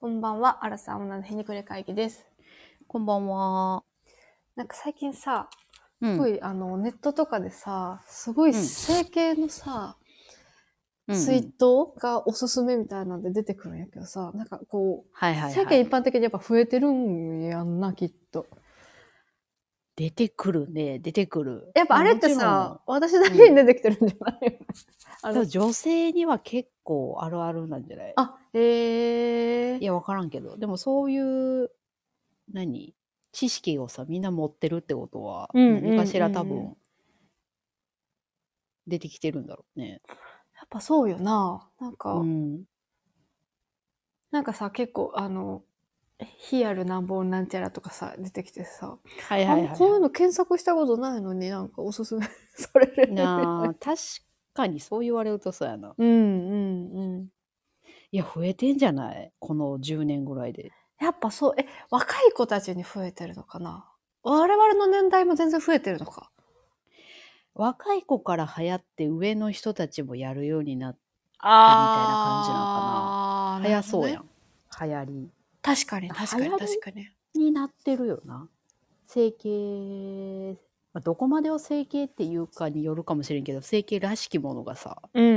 こんばんは、アラサー女のひねくれ会議です。こんばんは。なんか最近さ、うんすごい、あの、ネットとかでさ、すごいうん整形のさ、うんうんツイートがおすすめみたいなんで出てくるんやけどさ、なんかこ、はいうはい、整は形い。一般的にやっぱ増えてるんやんな、きっと。出てくるね、出てくる。やっぱあれってさ、私だけに出てきてるんじゃない、あもちろのん、でも女性には結構あるあるなんじゃないあ、えいー。や、わからんけど、でもそういう、何知識をさ、みんな持ってるってことは、うんうん何かしら多うんう分、出てきてるんだろうね。やっぱそうよな。なんか、うん。なんかさ、結構、あの、ヒアルなんぼなんちゃらとかさ、出てきてさ、はいはいはい、あこういうはの検索したことないのになんかおすすめ されるい。なあ、確かにそう言われるとそうやな。うんうんうんいや、増えてんじゃないこの10年ぐらいで。やっぱそうえ若い子たちに増えてるのかな我々の年代も全然増えてるのか若い子から流行って上の人たちもやるようになってあーみたいな感じなのかな早そうやんん、流行り確かに確かに流行り確かにになってるよな整形、まあ、どこまでを整形っていうかによるかもしれんけど整形らしきものがさうんうんう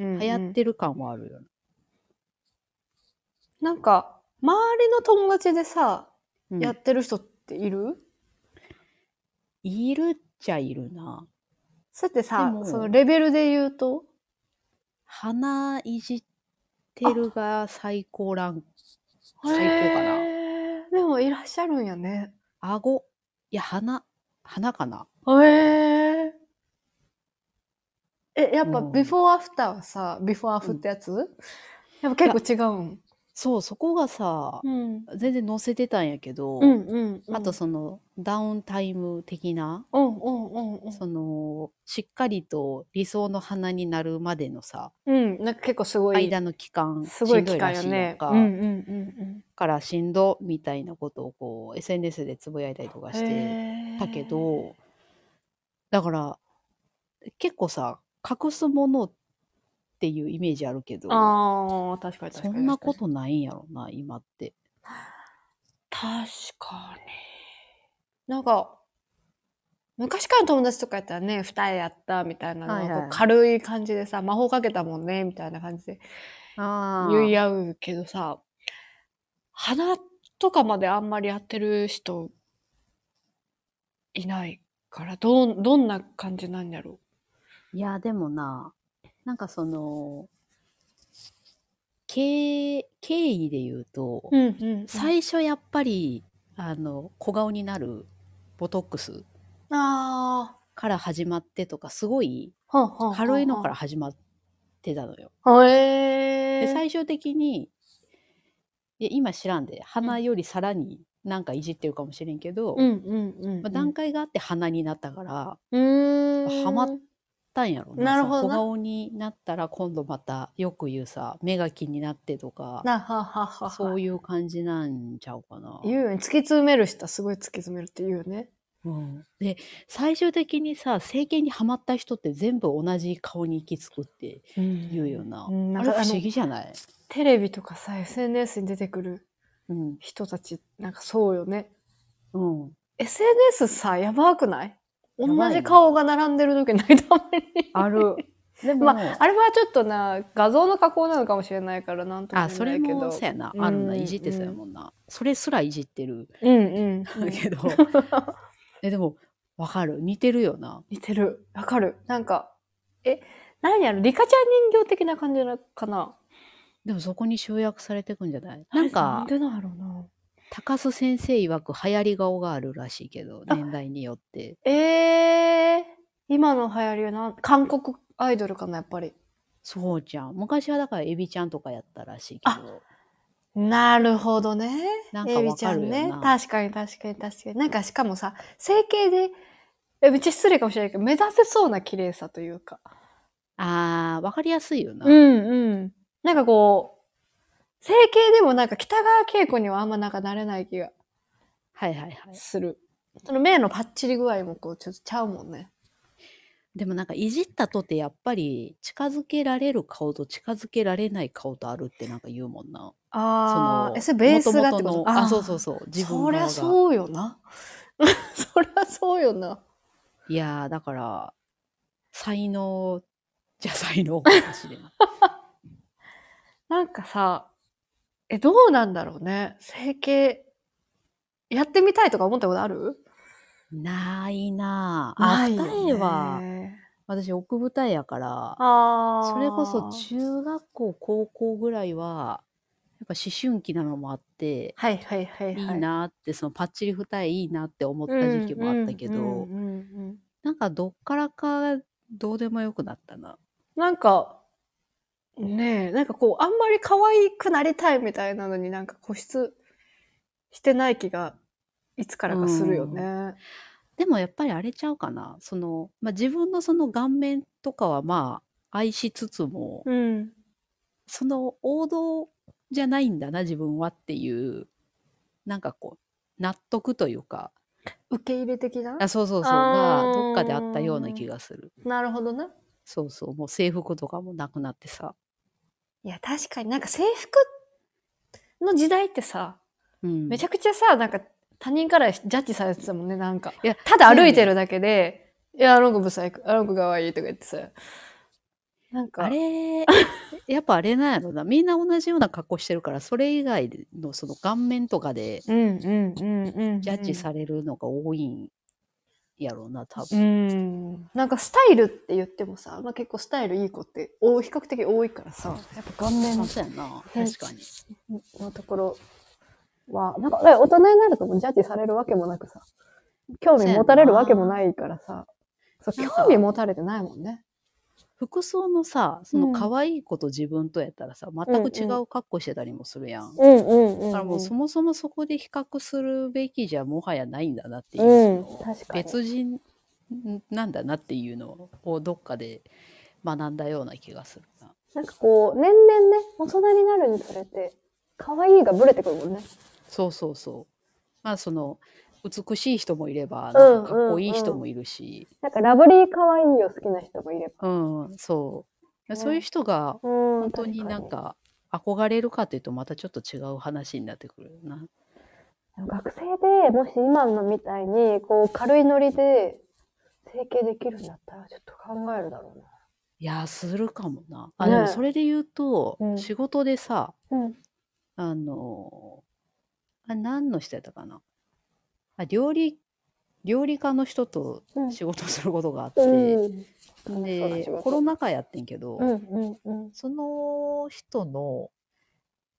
んうん、流行ってる感はあるよな、なんか周りの友達でさ、うんやってる人っているいるっちゃいるなそうやってさでもそのレベルで言うと鼻いじってるが最高ランク最高かなへーでもいらっしゃるんやね顎いや鼻鼻かなええ、やっぱうんビフォーアフターはさ、ビフォーアフってやつ、やっぱ結構違うん。そうそこがさ、うん。全然載せてたんやけど、うんうん、うん。あとそのダウンタイム的なうんうんうんうん。そのしっかりと理想の花になるまでのさうん、なんか結構すごい。間の期間すごいしんど機会よらしいやねん。うか、んうんうんからしんどみたいなことをこう SNS でつぶやいたりとかうん。してへーたけ。どだから結構さ隠すものっていうイメージあるけどああ、確かに確かそに。んなことないんやろな今って。確かに。なんか、昔からの友達とかやったらね、二重やったみたいなのがはいはいこう軽い感じでさ、魔法かけたもんね、みたいな感じで言い合うけどさ鼻とかまであんまりやってる人いないからどんどんな感じなんやろいやでもななんかその経経緯で言うと、う。うんうん最初やっぱりあの小顔になるボトックスあから始まってとかすごいあ、はんはんはんはん軽いのから。始まってたのよ。へえで最終的にいや今知らんで鼻よりさらになんかいじってるかもしれんけど、うんうんうんうん。まあ、段階があって鼻になったからあっうーん。はまたんやろなるほどさ小な顔になったら今度またよく言うさ目が気になってとかなはははは。そういう感じなんちゃうかな。言うよね。突き詰める人はすごい突き詰めるって言うよね。うん、で最終的にさ整形にはまった人って全部同じ顔に行き着くって言うよな,、うんなんあかれあ不の思議じゃない、テレビとかさ、SNS に出てくるうん人たち、なんかそうよね。うん、 SNS さ、やばくないや同ばいねじ顔が並んでる時ないたまに。ある でも、まあ、あれはちょっとな、画像の加工なのかもしれないから、なんともあ言そえなれいけど。もそうやなあるうなんいじってそうやもんな、それすらいじってるうんうん。んだけ どえでもわかる似てるよな似てる。わかる。なんか、え、何やろリカちゃん人形的な感じなかなでもそこに集約されてくんじゃないなんかあれなんでなんやろうな。高須先生曰く流行り顔があるらしいけどあ年代によってえー、今の流行りはなん、韓国アイドルかな、やっぱり。そうじゃん昔はだからエビちゃんとかやったらしいけどなるほどね。なんかエビわちかゃるよんな。ね。確かに確かに確かに。なんかしかもさ、整形で、えめっちゃ失礼かもしれないけど、目指せそうな綺麗さというか。あー、わかりやすいよな。んうん。なんかこう、整形でもなんか北川景子にはあんまなんかなれない気がはいはいはい。する。その目のパッチリ具合もこう、ちょっとちゃうもんね。でもなんかいじったとてやっぱり近づけられる顔と近づけられない顔とあるってなんか言うもんな。あのあ、え、それベースがってこと元々のあそうそうそう自分そり側ゃがそうよな。 そりゃそうよな。いやーだから才能じゃ才能かもしれない。なんかさ、え、どうなんだろうね。整形、やってみたいとか思ったことある ないなぁ。なあ、いよ二ね重は、私奥舞台やから、ああ。それこそ中学校、高校ぐらいは、やっぱ思春期なのもあって、はいはいはいいいはい。なって、そのパッチリ二重いいなって思った時期もあったけど、うんうんうんうんなんかどっからかどうでもよくなったな。なんか、ねえ、なんかこう、あんまり可愛くなりたいみたいなのになんか固執してない気が、いつからかするよね。でもやっぱりあれちゃうかな。その、まあ、自分のその顔面とかはまあ、愛しつつも、うん。その王道じゃないんだな、自分はっていう、なんかこう、納得というか、受け入れ的なあそうそうそうあがーどっかであったような気がするなるほどな。そうそうもう制服とかもなくなってさいや、確かになんか制服の時代ってさ、うんめちゃゃくちゃさ、なんか他人からジャッジされてたもんね、なんか。いやただ歩いてるだけで、いや、あの子ブサイク、あの子可愛いとか言ってさ。なんか、あれやっぱあれなんやろなみんな同じような格好してるからそれ以外のその顔面とかでうんうんうんうん、うん。ジャッジされるのが多いんやろうな多う分、ん。なんかスタイルって言ってもさ、まあ、結構スタイルいい子ってお比較的多いからさ、やっぱ顔面まのあそうやな確かにのところは、なんかだから大人になるともうジャッジされるわけもなくさ、興味持たれるわけもないからさ、そう、そうやな興味持たれてないもんね。服装のさそうんの可愛い子と自分とやったらさ、全く違うんう格好してたりもするやん、うんうんうん、だからもうそもそもそこで比較するべきじゃもはやないんだなっていう、うんその確かに別人なんだなっていうのをどっかで学んだような気がするな。なんかこう、年々ね、大人になるにつれて、可愛いがブレてくるもんね。そうそうそう。まあその美しい人もいればうんなんかかっこいい人もいるし、なんかラブリー可愛いを好きな人もいれば。うん、そう、ねそういう人がうん本当になん確か憧れるかというとまたちょっと違う話になってくるよな。に学生でもし今のみたいに、こう、軽いノリで整形できるんだったら、ちょっと考えるだろういやーするかもな。あねでもそれで言うと、うん仕事でさ、な。うん。あのーあ何の人やったかなあ料理料理家の人とうん仕事することがあって、うん。そうだで仕事コロナ禍やってんけど、うんうんうん。その人の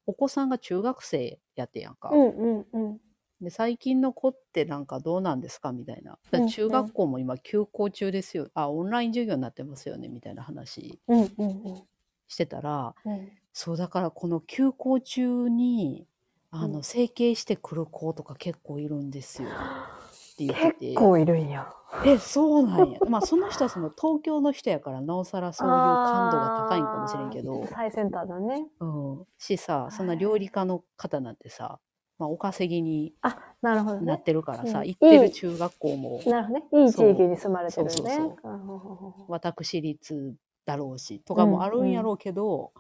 お子さんが中学生やってんやんか、うんうんうん。で最近の子ってなんかどうなんですかみたいなだかうんうらん中学校も今休校中ですよ、あオンライン授業になってますよねみたいな話うんうんうんしてたらうん。そうだからこの休校中にあうのん整形してくる子とか結構いるんですよって言ってて結構いるんや。えそうなんやまあその人はその東京の人やからなおさらそういう感度が高いんかもしれんけあどー、最先端だね。うん、しさそんな料理家の方なんてさ、まあ、お稼ぎにあ、なるほどなねっ。てるからさ、うん行ってる中学校もなるほどね。いい地域に住まれてるね。そうそうそうあほうほうほう私立だろうしとかもあるんやろうけど、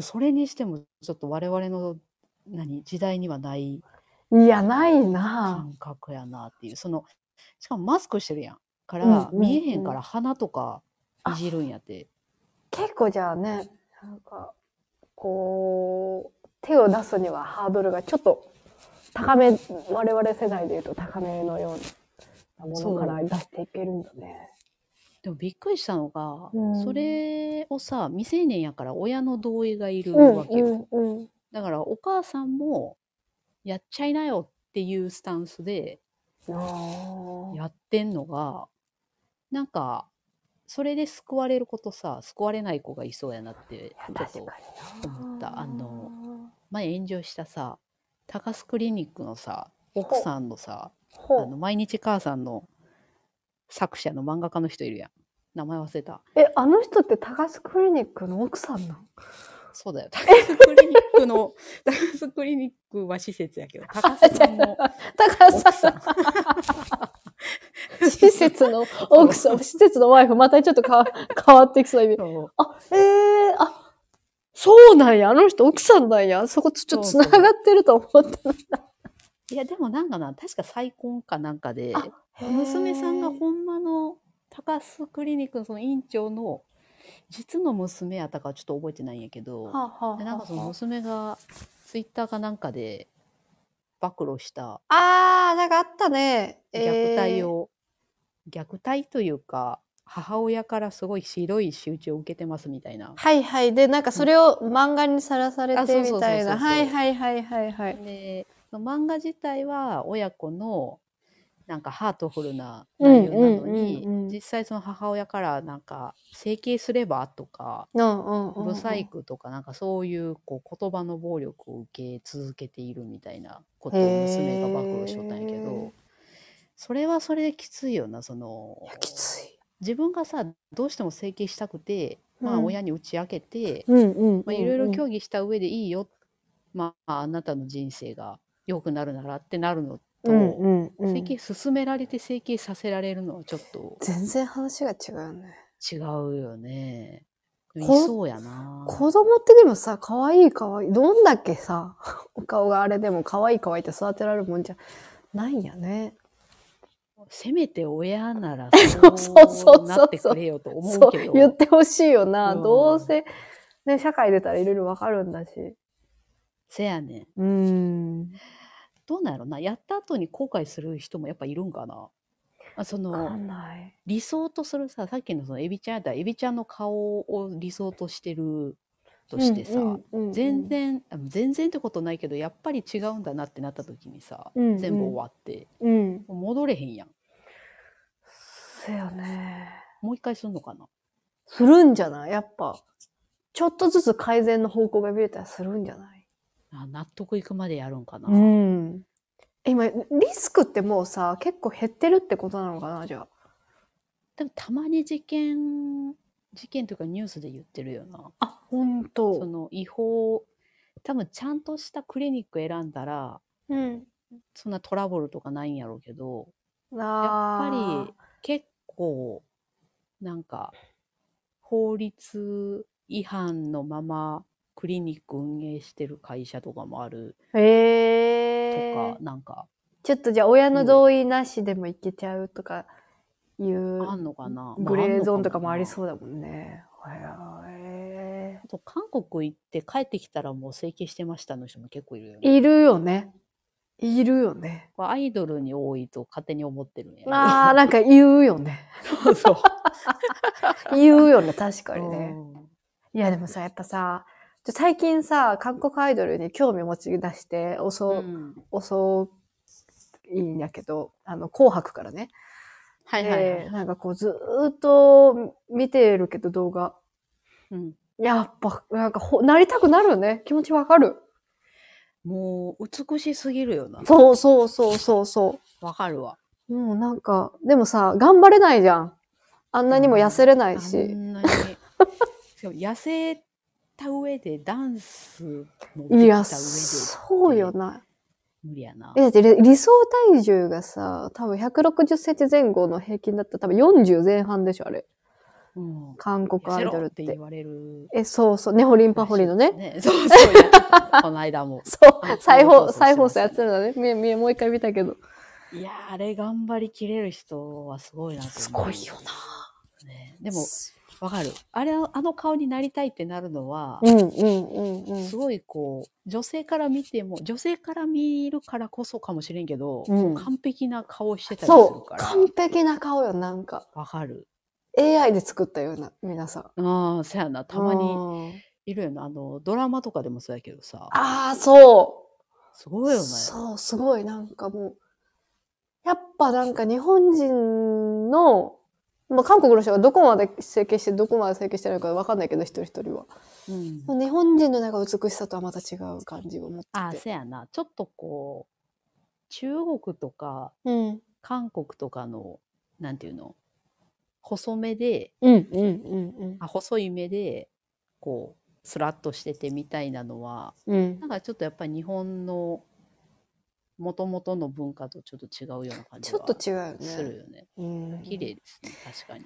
それにしてもちょっと我々の何時代にはないいや、ないな感覚やなっていうそのしかもマスクしてるやんから、うんうんうん見えへんから鼻とかいじるんやって結構じゃあね、なんか、こう、手を出すにはハードルがちょっと高め、我々世代で言うと高めのようなものから出していけるんだね。でもびっくりしたのが、うんそれをさ未成年やから親の同意がいるうんわけよ、うんうん。だからお母さんもやっちゃいなよっていうスタンスであやってんのがなんかそれで救われることさ救われない子がいそうやなってあ、ちょっと確かにな思ったあの、前炎上したさ高須クリニックのさ奥さんのさあほうの毎日母さんの作者の漫画家の人いるやん名前忘れたえ、あの人って高須クリニックの奥さんなのそうだよ高須クリニックの 高須 クリニックは施設やけど高須さんの高奥さん施設の奥さん、施設のワイフ、またちょっとか変わってきそうな意味。そうあ、ええあ、そうなんや、あの人奥さんなんや、そこちょっとそう繋そうがってると思った。いやでもなんかな確か再婚かなんかであ 娘さんがほんまの高須クリニックのその院長の実の娘やったかはちょっと覚えてないんやけど、はあはでなんかその娘がツイッターかなんかで暴露したあー、なんかあったね。虐待を、虐待というか母親からすごい白い仕打ちを受けてますみたいな。はいはい。で、なんかそれを漫画にさらされあそてうそうそうそうみたいな。はいはいはいはいはい。でその漫画自体は親子のなんかハートフルな内容なのに、うんうんうんうん実際その母親からなんか整形すればとかうんうんうんうん不細工とかなんかそういうこう言葉の暴力を受け続けているみたいなことを娘が暴露しとったんやけへーどそれはそれできついよなそのいや、きつい。自分がさどうしても整形したくて、まうあ、ん親に打ち明けて、うんうんまあ、いろいろ協議した上でいいよ、まあ、あなたの人生が良くなるならってなるのうと、んうん整形勧められて整形させられるのはちょっと全然話が違うね。違うよね。でもこいそうやな。子供ってでもさ、可愛い可愛い。どんだけさ、 お顔があれでも可愛い可愛いって育てられるもんじゃないんやね。せめて親 ならそうそうそうそうなってくれよと思そううけど。言ってほしいよな。うんどうせ、ね、社会出たらいろいろわかるんだし。せやねん。うん。どうなんやろな。やった後に後悔する人もやっぱいるんかな。あそわかのんない。理想とするさ、さっきのそのエビちゃんやったらエビちゃんの顔を理想としてるとしてさ、うんうんうん全。然、あ全然ってことないけどやっぱり違うんだなってなった時にさ、うんうん全部終わってうん。もう戻れへんやんそうよね。もう一回すんのかなするんじゃないやっぱ。ちょっとずつ改善の方向が見れたらするんじゃないあ納得いくまでやるんかな、うん。今、リスクってもうさ、結構減ってるってことなのかなじゃあ。でもたまに事件事件というかニュースで言ってるよなあ、ほんそと。の違法多分ちゃんとしたクリニック選んだらうん。そんなトラブルとかないんやろうけどやっあーぱり結構なんか法律違反のままクリニック運営してる会社とかもあるとか、へえなんかちょっとじゃあ親の同意なしでもいけちゃうとかいうあんのかな、グレーゾーンとかもありう。そうだもんね。へあと韓国行って帰ってきたらもう整形してましたの人も結構いるよね。えいるよね。いるよね。これアイドルに多いと勝手に思ってるんやけど。ああ、なんか言うよね。 そうそう。言うよね、確かにね。うんいや、でもさ、やっぱさ、ちょ最近さ、韓国アイドルに興味持ち出して、遅、うん遅いんやけど、あの、紅白からね。はいはいはでい。なんかこう、ずーっと見てるけど、動画。うんやっぱ、なんかほ、なりたくなるね。気持ちわかる。もう美しすぎるよな。そうそうそうそうそわかるわ。う。もうなんか、でもさ、頑張れないじゃん。あんなにも痩せれないし。あん なにしかも痩せた上でダンスもでいきや、たそうよな。無理やなえ、。だって理理想体重がさ、多分160センチ前後の平均だったら多分40前半でしょ、あれ。うん、韓国ア痩せイろドルっってて。言わ れる。え、そうそう。ねホリンパホリのね。そうそうやってた。この間も。そう。再そうそ放、うそう再放送やってるのね。みみもう一回見たけど。いやーあれ頑張りきれる人はすごいなとす思ごういよね、でもわかるあれあの顔になりたいってなるのは、な。うんうんうんうん。すごいこう女性から見ても女性から見るからこそかもしれんけど、うんもう完璧な顔してたりするそかう。ら完璧な顔よ、なんか。わかる AI で作ったような、皆さん。ああそやなたまにに。いるよなあのドラマとかでもそうやけどさああ、そすごう。いよねそう、すごい、なんかもう。やっぱなんか日本人の、まあ、韓国の人がどこまで整形して、どこまで整形してないかわかんないけど、一人一人は。うん、日本人のなんか美しさとはまた違う感じを持ってて。ああそやなちょっとこう中国とかうん。韓国とかのなんていうの細めでうん、うん、うん、あ細い目でこうスラッとしててみたいなのはうん。うんなんかちょっとやっぱり日本のもともとの文化とちょっと違うような感じちょっと違うよね。するよね。うん綺麗ですね、確かに。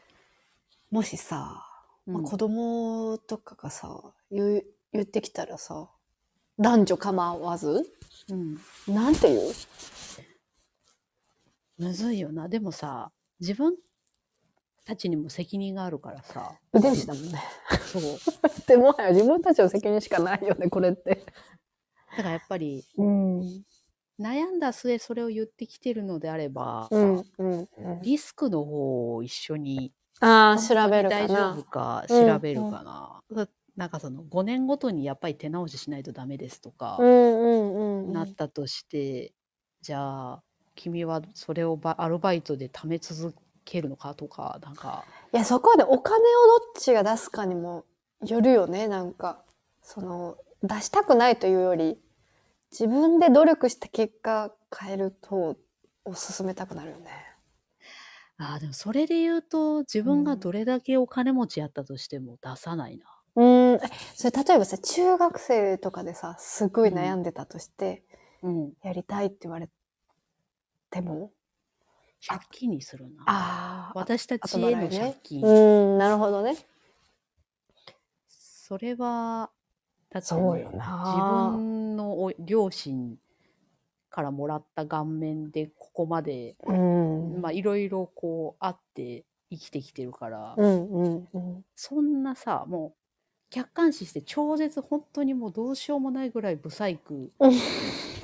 もしさ、まあ、うん子供とかがさ、言う言ってきたらさ、男女構わず、うんなんて言うむずいよな。でもさ、自分たちにも責任があるからさ、遺伝子だもんね。そう。でもはや自分たちの責任しかないよね、これって。だからやっぱり、うん。悩んだ末それを言ってきてるのであれば、うん。うん。リスクの方を一緒にああ、調べるか大丈夫な。かうん調べるかな、だなんかその5年ごとにやっぱり手直ししないとダメですとかう、んうんうん。なったとして、じゃあ君はそれをバアルバイトで貯め続けるのかとかなんかいや、そこでお金をどっちが出すかにもよるよね、なんか。その、出したくないというより、自分で努力した結果変えると、を進めたくなるよね。あーでもそれで言うと自分うがんどれだけお金持ちやったとしても出さないな。うん。えそれ、例えばさ、中学生とかでさ、すごい悩んでたとして、うん、やりたいって言われても、借金にするな。ああ、私たちへの借金、うん、なるほどね。それはだってそうよ自な。分のお両親からもらった顔面でここまで、自分まあいろいろこうあって生きてきてるから、うん、うん、うん。そんなさもう客観視して超絶本当にもうどうしようもないぐらい不細工うん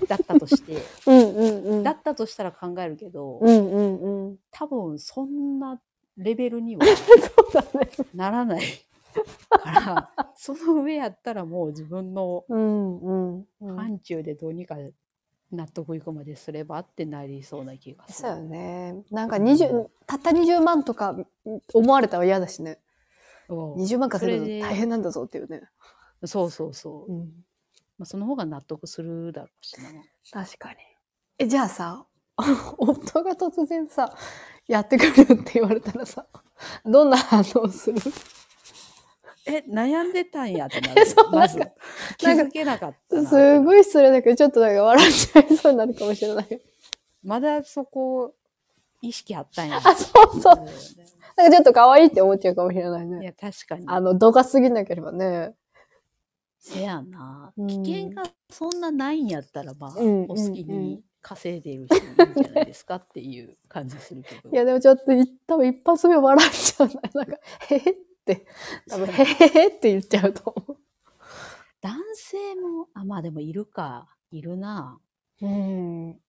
だったとしてうん、うん、うん。だったとしたら考えるけど、うん、うん、うん。多分そんなレベル にはそうだね。ならないからその上やったらもう自分のうんうんうん。範疇でどうにか納得いくまですればってなりそうな気がすそうる。よね。なんかう20ん、たった20万とか思われたら嫌だしね。うん20万稼ぐそれでの大変なんだぞっていうね。そうそうそう。ん。まあ、その方が納得するだろうしな。確かに。え、じゃあさ、 夫が突然さ、やってくるって言われたらさ、どんな反応 するえ、悩んでたんやってなえる。 そうまずなん気づけなかったな。すごい失礼だけど、ちょっとなんか笑っちゃいそうになるかもしれない。まだそこ、意識あったんや。あ、そう そう。う。なんかちょっと可愛いって思っちゃうかもしれないいね。や、確かに。あの、度が過ぎなければね。せやなう。ん危険がそんなないんやったら、まあ、うんお好きうんうんに稼いでる人いいんじゃないですかっていう感じするけど。いや、でもちょっとい、多分一発目笑っちゃうな。なんか、へへって、多分、へへへって言っちゃうと思男性も、あ、まあでもいるか。いるな。う。うん。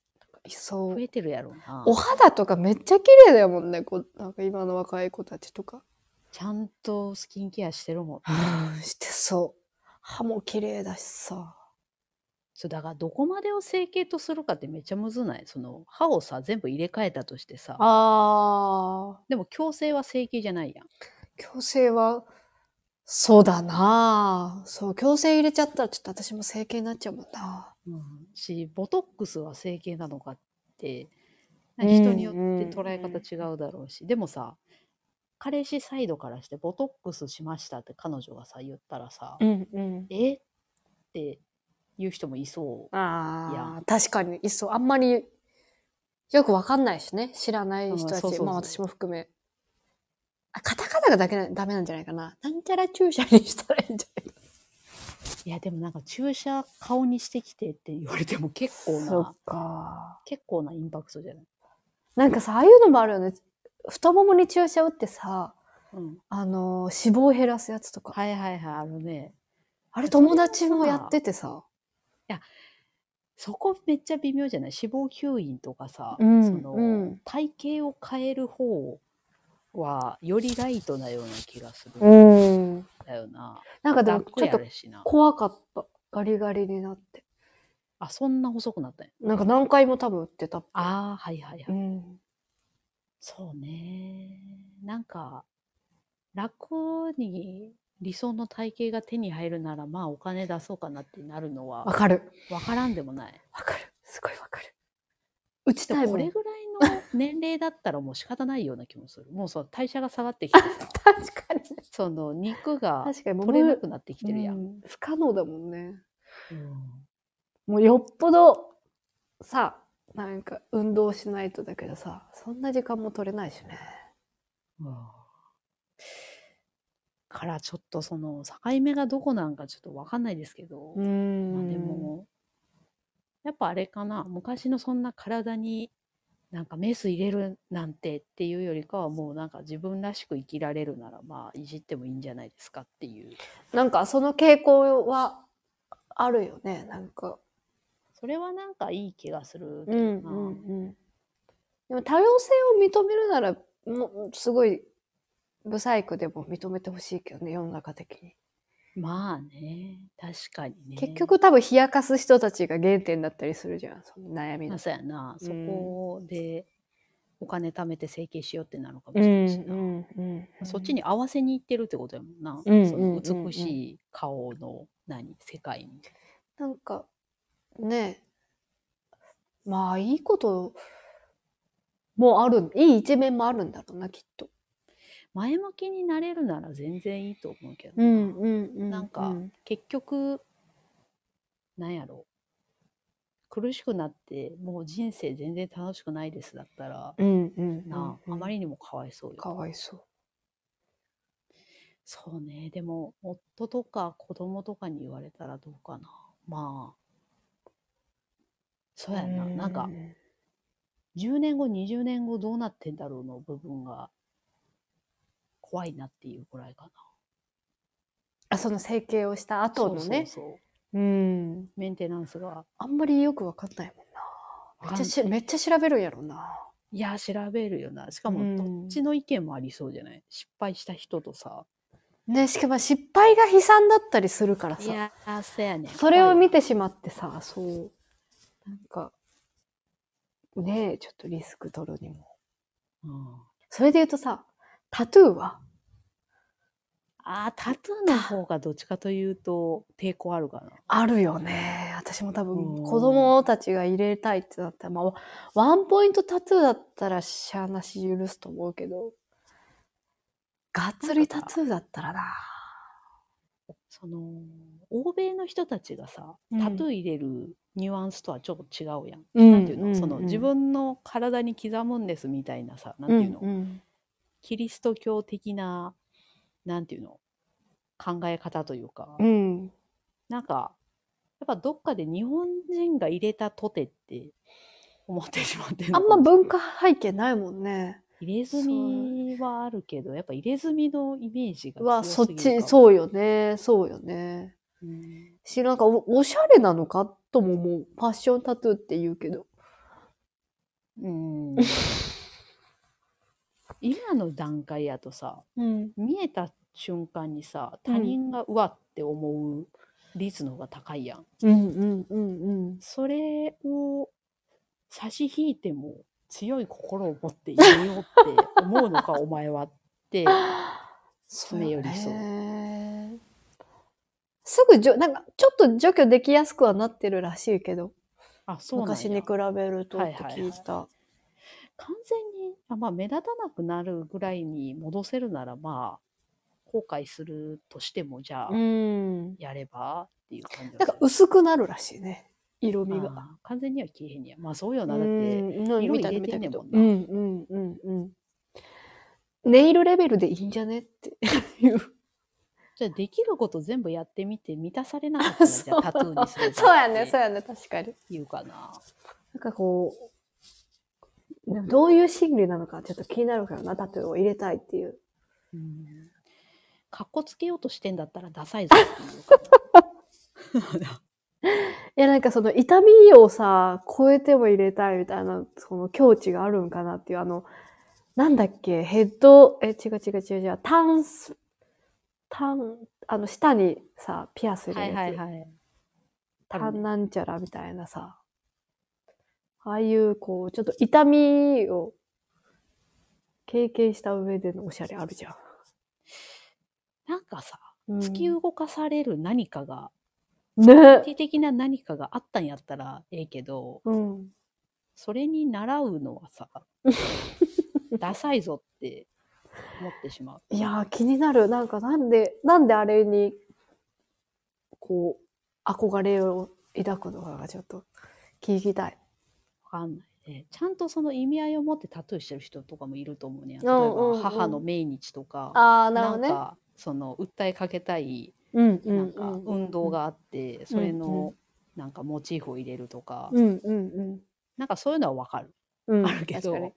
いそ増う。えてるやろうな。お肌とかめっちゃ綺麗だもんね。こうなんか今の若い子たちとか。ちゃんとスキンケアしてるもん。してそう。歯も綺麗だしさ。そうだからどこまでを整形とするかってめっちゃむずないその歯をさ全部入れ替えたとしてさあー。でも矯正は整形じゃないやん矯正は、そうだなそう、矯正入れちゃったらちょっと私も整形になっちゃうもんな。し、ボトックスは整形なのかって、うん人によってうん捉え方違うだろうし、でもさ、彼氏サイドからして、ボトックスしましたって彼女がさ、言ったらさ、んうん。えって言う人もいそう。ああ、確かに、いっそ、あんまりよくわかんないしね、知らない人うんそうたそうち、そうまあ私も含め。あ、カタカナがだけなダメなんじゃないかな。なんちゃら注射にしたらいいんじゃないいや、でもなんか注射顔にしてきてって言われても結構そっな、か。結構なインパクトじゃない、なんかさ、ああいうのもあるよね。太ももに注射打ってさ、うん、あのー脂肪を減らすやつとか。はいはいはい、あのね、あれ友達もやっててさ。そこめっちゃ微妙じゃない脂肪吸引とかさ、うんそのうん体型を変える方はよりライトなような気がするんん。だよな。なんかでも楽ちょっやとるしな。怖かった。ガリガリになって。あそんな細くなったんや。なんか何回も多分打ってた。ああはいはいはい。うん。そうね。なんか楽に理想の体型が手に入るならまあお金出そうかなってなるのはわかる。わからんでもない。わかる。すごいわかる。打ちでたいももこんれ。ぐらいの年齢だったらもう仕方ないような気もする。もうそう代謝が下がってきてさ 確かに。その肉が確かに、取れなくなってきてるや。うんん不可能だもんね。うんもうよっぽど、さ、なんか運動しないとだけどさそんな時間も取れないしねからちょっとその境目がどこなんかちょっと分かんないですけどうーんまあでもやっぱあれかな昔のそんな体になんかメス入れるなんてっていうよりかはもうなんか自分らしく生きられるならまあいじってもいいんじゃないですかっていうなんかその傾向はあるよねなんかそれはなんかいい気がするけうどんな、うんうんでも多様性を認めるならもうすごいブサイクでも認めてほしいけどね世の中的にまあね確かにね結局多分冷やかす人たちが原点だったりするじゃんその悩みまのあ、そうやな、うんそこでお金貯めて整形しようってなのかもうしんれないしな、うんうんうんそっちに合わせに行ってるってことやもんな、うんそのうんうんうん美しい顔の何世界になんかねえまあいいこともあるいい一面もあるんだろうなきっと。前向きになれるなら全然いいと思うけど、うんうんうん、なんか結局なんやろ苦しくなってもう人生全然楽しくないですだったら、うんうんうん、なああまりにもかわいそうよかわいそう。そうね、でも夫とか子供とかに言われたらどうかな。まあ、そうやな、なんか10年後、20年後どうなってんだろうの部分が怖いなっていうぐらいかな。あその整形をした後のねそうそうそうんう。メンテナンスが。あんまりよくわかんないもんなめっちゃしめっちゃ調べるんやろうないや、調べるよな。しかうんもどっちの意見もありそうじゃない、失敗した人とさ。ねしかも失敗が悲惨だったりするからさや、そうやねそれを見てしまってさそうなんかねえちょっとリスク取るにもうんそれで言うとさタトゥーはああ、タトゥーの方がどっちかというと抵抗あるかな。あるよね私も多う分ん子供たちが入れたいってなったら、まあ、ワワンポイントタトゥーだったらしゃあなし許すと思うけどがっつりタトゥーだったらなその欧米の人たちがさうんタトゥー入れるニュアンスとはちょっと違うやん。うんなんていうの、うんそのうん自分の体に刻むんですみたいなさ、なんていうの、うんキリスト教的ななんていうの考え方というか、うんうんなんかやっぱどっかで日本人が入れたとてって思ってしまってるあんま文化背景ないもんね入れ墨はあるけどやっぱ入れ墨のイメージがはそ強っすぎるちかもそうよねそうよねうんしなんかおおしゃれなのかとも思うファッションタトゥーって言うけどうん今の段階やとさうん見えた瞬間にさうん他人がうわって思う率の方が高いやん、うんうんうんうんそれを差し引いても強い心を持って言えようって思うのかお前はってそう爪よりそうねすぐじょなんかちょっと除去できやすくはなってるらしいけどあそうなんや昔に比べるとって聞いた、完全にあ、まあ、目立たなくなるぐらいに戻せるならまあ後悔するとしてもじゃあうんやればっていう感なじはんすかる薄くなるらしいね色味があー完全には消えへんねや。まあそうよな、だっうて。んなんか色見た入れ見てたん見ねたんもうんなんうんうんうんネイルレベルでいいんじゃねっていうじゃあできること全部やってみて、満たされなかったら、 そうじゃあタトゥーにす るそうやねそううやね確かに言うかな。なんかこうでもどういう心理なのかちょっと気になるからなタトゥーを入れたいっていううん。かっこつけようとしてんだったらダサいぞっていうかな。いや、なんかその痛みをさ、超えても入れたいみたいな、その境地があるんかなっていう、あの、なんだっけ、ヘッド、え、違う違う違う違う、タンス、タン、あの、下にさ、ピアス入はれいるやつ、はいはい。タンなんちゃらみたいなさ、ああいう、こう、ちょっと痛みを経験した上でのおしゃれあるじゃん。なんかさ、うん突き動かされる何かが、ね徹底的な何かがあったんやったらええけど、うん。それに習うのは さ、ダサいぞって思ってしまう。いやー気になる。なんかなんで、なんであれに、こう、憧れを抱くのかがちょっと聞きたい。かんないね。ちゃんとその意味合いを持ってタトゥーしてる人とかもいると思うね。例えうんうんうんば母の命日とか、ああ、なるほなどんね。かその訴えかけたいうんうなんんか運動があって、それうんうのなんかモチーフを入れるとか、うんうんなんかそういうのはわかる。うん。あるけ確かにど、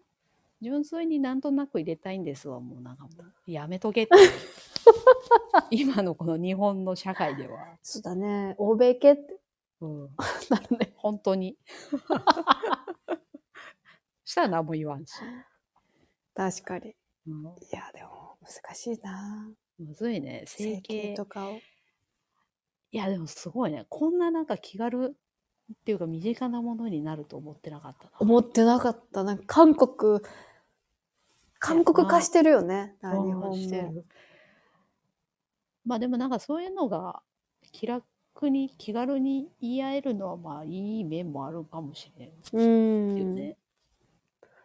純粋になんとなく入れたいんですわ、もうなんかもう、やめとけ っていう。今のこの日本の社会では、そうだね。欧米系って。うん、なるね。本 当に。したら何も言わんし。確かに。いうんや、でも、難しいな。むずいね。整形とかを。いや、でもすごいね。こんななんか気軽っていうか身近なものになると思ってなかったな。思ってなかった。なんか韓国、韓国化してるよね。日本うんも。してるまあでもなんかそういうのが気楽に気軽に言い合えるのはまあいい面もあるかもしれんうよん。ね。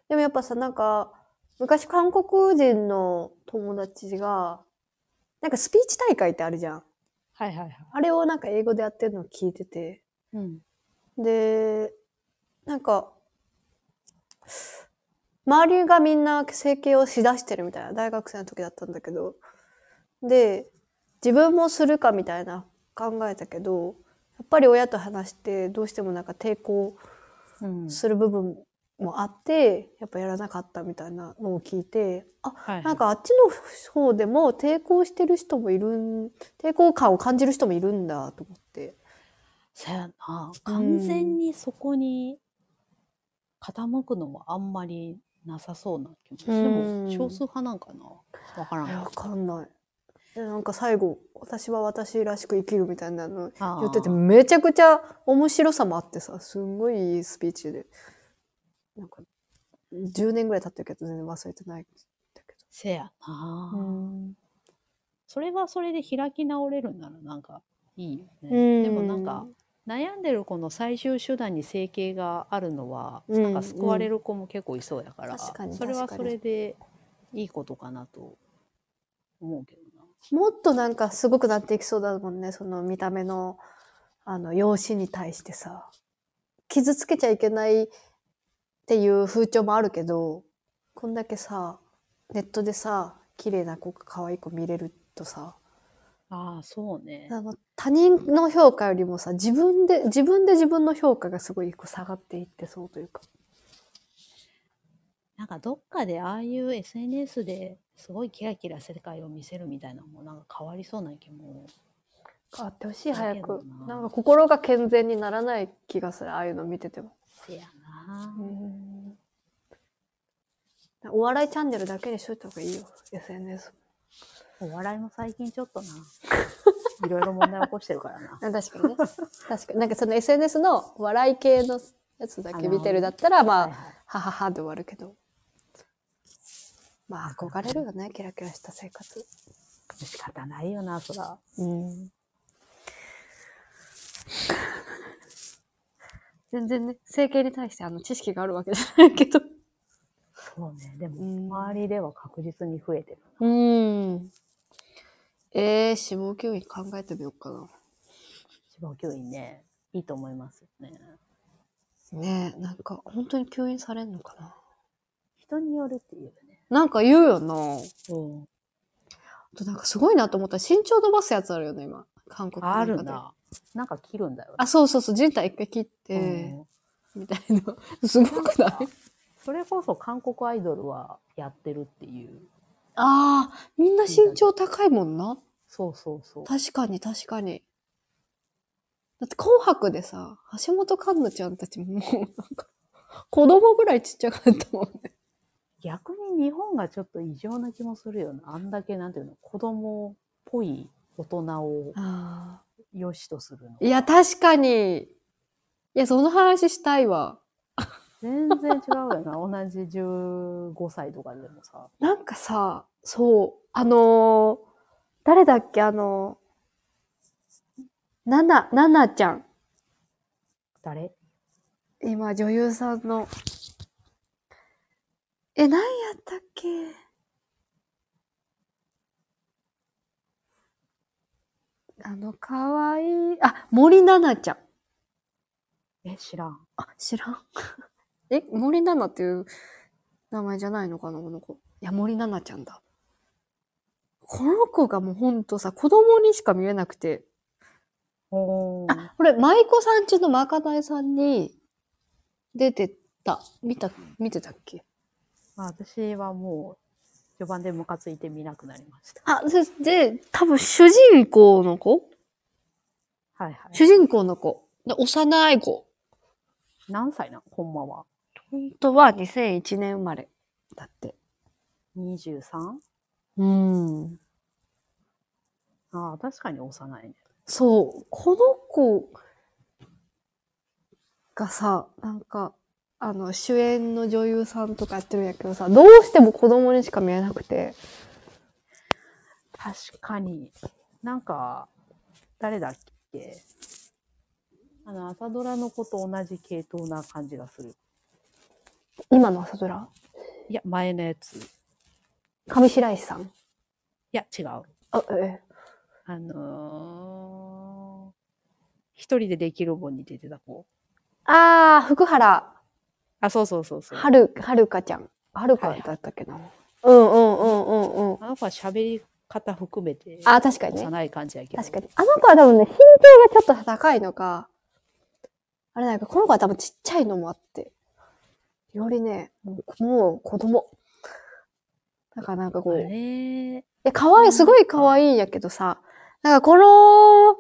でもやっぱさ、なんか、昔韓国人の友達が、なんかスピーチ大会ってあるじゃん。はいはいはい。あれをなんか英語でやってるのを聞いてて。うん。で、なんか、周りがみんな整形をしだしてるみたいな、大学生の時だったんだけど。で、自分もするかみたいな考えたけど、やっぱり親と話してどうしてもなんか抵抗うん、する部分もあって、やっぱやらなかったみたいなのを聞いて、あ、はいなんはかあっちの方でも抵抗してる人もいるん、抵抗感を感じる人もいるんだと思って。い、そやな完全にそこに傾くのもあんまりなさそうな気もするでうんも少数派なんかなわからんいやわけかんない。でなんか最後、私は私らしく生きるみたいなのど言ってて、あーめちゃくちゃ面白さもあってさ、すんごいいいスピーチで。なんか、10年ぐらい経ってるけど全然忘れてないんだけせやな、ど。うん。それはそれで開き直れるならなんかいいようんね。でもなんか悩んでる子の最終手段に整形があるのは、うんなんか救われる子も結構いそうやから、確かにそれは確そかにれでいいことかなと思うけどな。もっとなんかすごくなっていきそうだもんね、その見た目の、あの、容姿に対してさ。傷つけちゃいけないっていう風潮もあるけど、こんだけさ、ネットでさ、綺麗な子か可愛い子見れるとさ、ああそうね。あの他人の評価よりもさ自分で自分で自分の評価がすごいこう下がっていってそうというかなんかどっかでああいう SNS ですごいキラキラ世界を見せるみたいなのもなんか変わりそうな気も。変わってほしいだけど早くななんか心が健全にならない気がするああいうの見ててもせやな。お笑いチャンネルだけにしといた方がいいよ SNS お笑いも最近ちょっとな。いろいろ問題起こしてるから な。あ確かにね 確かになんかその SNS の笑い系のやつだけ見てるだったらまはいあはいはははで終わるけどまあ憧れるよねキラキラした生活仕方ないよな、そら。うん全然ね、整形に対してあの知識があるわけじゃないけど。そうね。でも、うん周りでは確実に増えてる。うん。えー、死亡吸引考えてみようかな。志望教員ね、いいと思いますよね。ねえ、なんか本当に吸引されんのかな。人によるっていうよね。なんか言うよな。あうん。となんかすごいなと思ったら身長伸ばすやつあるよね、今。韓国の中あでる。な。なんか切るんだよね。あ、そうそうそう、人体一回切って、みたいな。 すごうんくないなんかそれこそ韓国アイドルはやってるっていう。ああ、みんな身長高いもんな。そうそうそう。確かに確かに。だって紅白でさ、橋本環奈ちゃんたちももうなんか、子供ぐらいちっちゃかったもんね。逆に日本がちょっと異常な気もするよね。あんだけ、なんていうの、子供っぽい大人をあ良しとするの。いや、確かに。いや、その話したいわ。全然違うよな。同じ15歳とかでもさ。なんかさ、そう、あのー誰だっけ、あのー、なな、ななちゃん。誰今、女優さんの。え、何やったっけあの、かわいい。あ、森七菜ちゃん。え、知らん。あ、知らん。 え、森七菜っていう名前じゃないのかな、この子。いや、森七菜ちゃんだ。この子がもうほんとさ、子供にしか見えなくて。おーこれ、舞妓さんちのまかないさんに出てた。見た、見てたっけまあ、私はもう、序盤でムカついて見なくなりました。あ、で、で、多分主人公の子はいはい。 主人公の子。で幼い子。何歳なのほんまは。本当は2001年生まれ。だって。 23? うん。ああ、確かに幼いね。そう、この子がさ、なんか、あの、主演の女優さんとかやってるんやけどさ、どうしても子供にしか見えなくて。確かに。なんか、誰だっけあの、朝ドラの子と同じ系統な感じがする。今の朝ドラいや、前のやつ。い上白石さん。や、違う。あ、えあのー、一人でできるボンに出てた子。あー、福原あ、そうそうそうそう。はる、はるかちゃん。はるかだったっけな。うんうんうんうんうん。あの子は喋り方含めて、あ、確かにね。幼い感じやけど。確かに。あの子は多分ね、身長がちょっと高いのか、あれなんか、この子は多分ちっちゃいのもあって、よりね、もうもう子供。だからなんかこう、あれいや、可愛い、すごい可愛いんやけどさ、なんかこの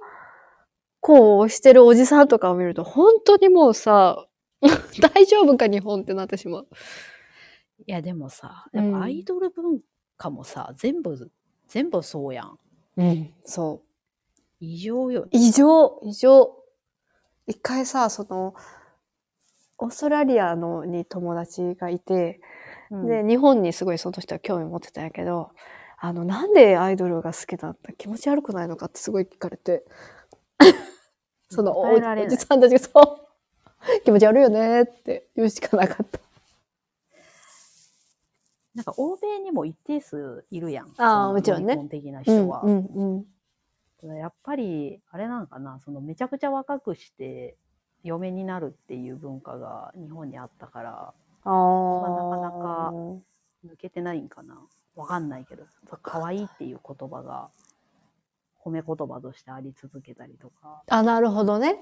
子をしてるおじさんとかを見ると、本当にもうさ、 大丈夫か日本ってなってしまう。いや、でもさ、うんやっぱアイドル文化もさ、全部、全部そうやん。うん、そ異常よ。う。異常、異常。一回さ、その、オーストラリアのに友達がいて、うんで、日本にすごいその人は興味持ってたんやけど、あの、なんでアイドルが好きなんだ気持ち悪くないのかってすごい聞かれ て、そのお答えられおなじいさんたちがそう、気持ち悪いよねって言うしかなかった。なんか欧米にも一定数いるやん。あーそのもちろんね日本的なうん人は。うんうん。やっぱり、あれなのかな、そのめちゃくちゃ若くして、嫁になるっていう文化が日本にあったから、あなかなかー抜けてないんかな。わかんないけど、可愛いっていう言葉が、褒め言葉としてあり続けたりとか。あ、なるほどね。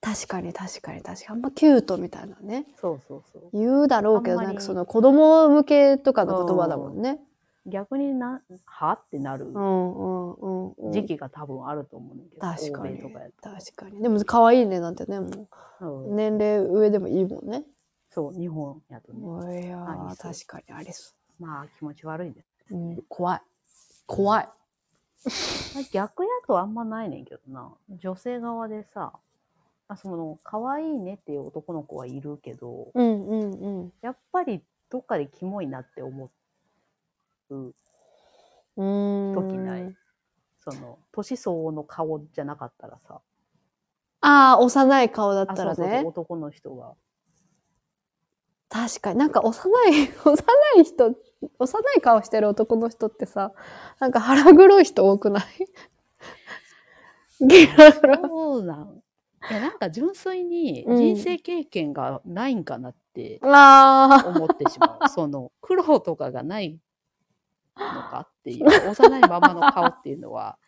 確かに確かに確かに。あんまキュートみたいなね。そうそうそう。言うだろうけど、あんまりなんかその子供向けとかの言葉だもんね。逆にな、はってなるうんうんうんうん。時期が多分あると思うんだけど、確かに欧米とかやったら確かに。でも可愛いねなんてね、もう。うん年齢上でもいいもんね。そう、日本やとね。いやーー確かにありそまあ気持ち悪いです。う。うん、怖い。怖い。まあ逆やとあんまないねんけどな。女性側でさ、あその、可愛いねっていう男の子はいるけど、うんうんやっぱりどっかでキモいなって思う、うん。時ない。その、年相応の顔じゃなかったらさ、ああ、幼い顔だっあ、たそうらそうそうね。男の人が。確かに。なんか幼い、 幼い人、幼い顔してる男の人ってさ、なんか腹黒い人多くない ゲラゲラ。そうなん。いや、なんか純粋にうん人生経験がないんかなってあ思って しまう。その、苦労とかがないのかっていう、幼いままの顔っていうのは。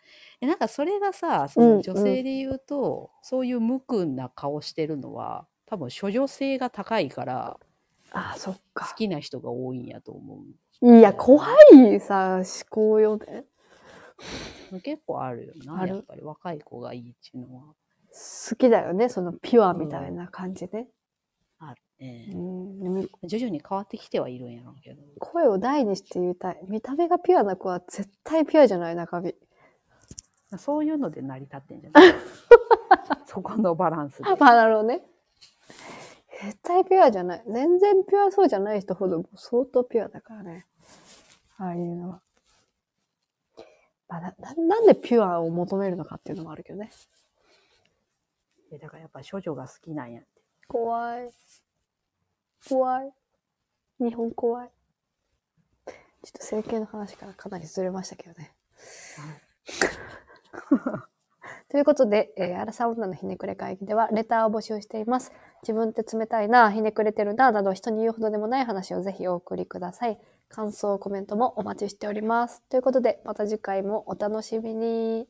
えなんかそれがさ、そうんの女性で言うと、そういう無垢な顔してるのは、多分処女性が高いから、あ。ああ、そっ好か。きな人が多いんやと思いや、怖いさ、思考よね。う。結構あるよな、あるやっぱり若い子がいいっていうのは。好きだよね、そのピュアみたいな感じね。あるねう。ん、徐々に変わってきてはいるんやろうけど。声を大にして言いたい。見た目がピュアな子は絶対ピュアじゃない、中身。そういうので成り立ってんじゃない そこのバランスで。まあ、なるほどね。絶対ピュアじゃない。全然ピュアそうじゃない人ほど相当ピュアだからね。ああいうのは。まあ、な、ななんでピュアを求めるのかっていうのもあるけどね。えだからやっぱ処女が好きなんやって。怖い。怖い。日本怖い。ちょっと 整形の話からかなりずれましたけどね。とということで、えー、アラサー女のひねくれ会議では、レターを募集しています。自分って冷たいな、ひねくれてるな、など人に言うほどでもない話をぜひお送りください。感想、コメントもお待ちしております。ということで、また次回もお楽しみに。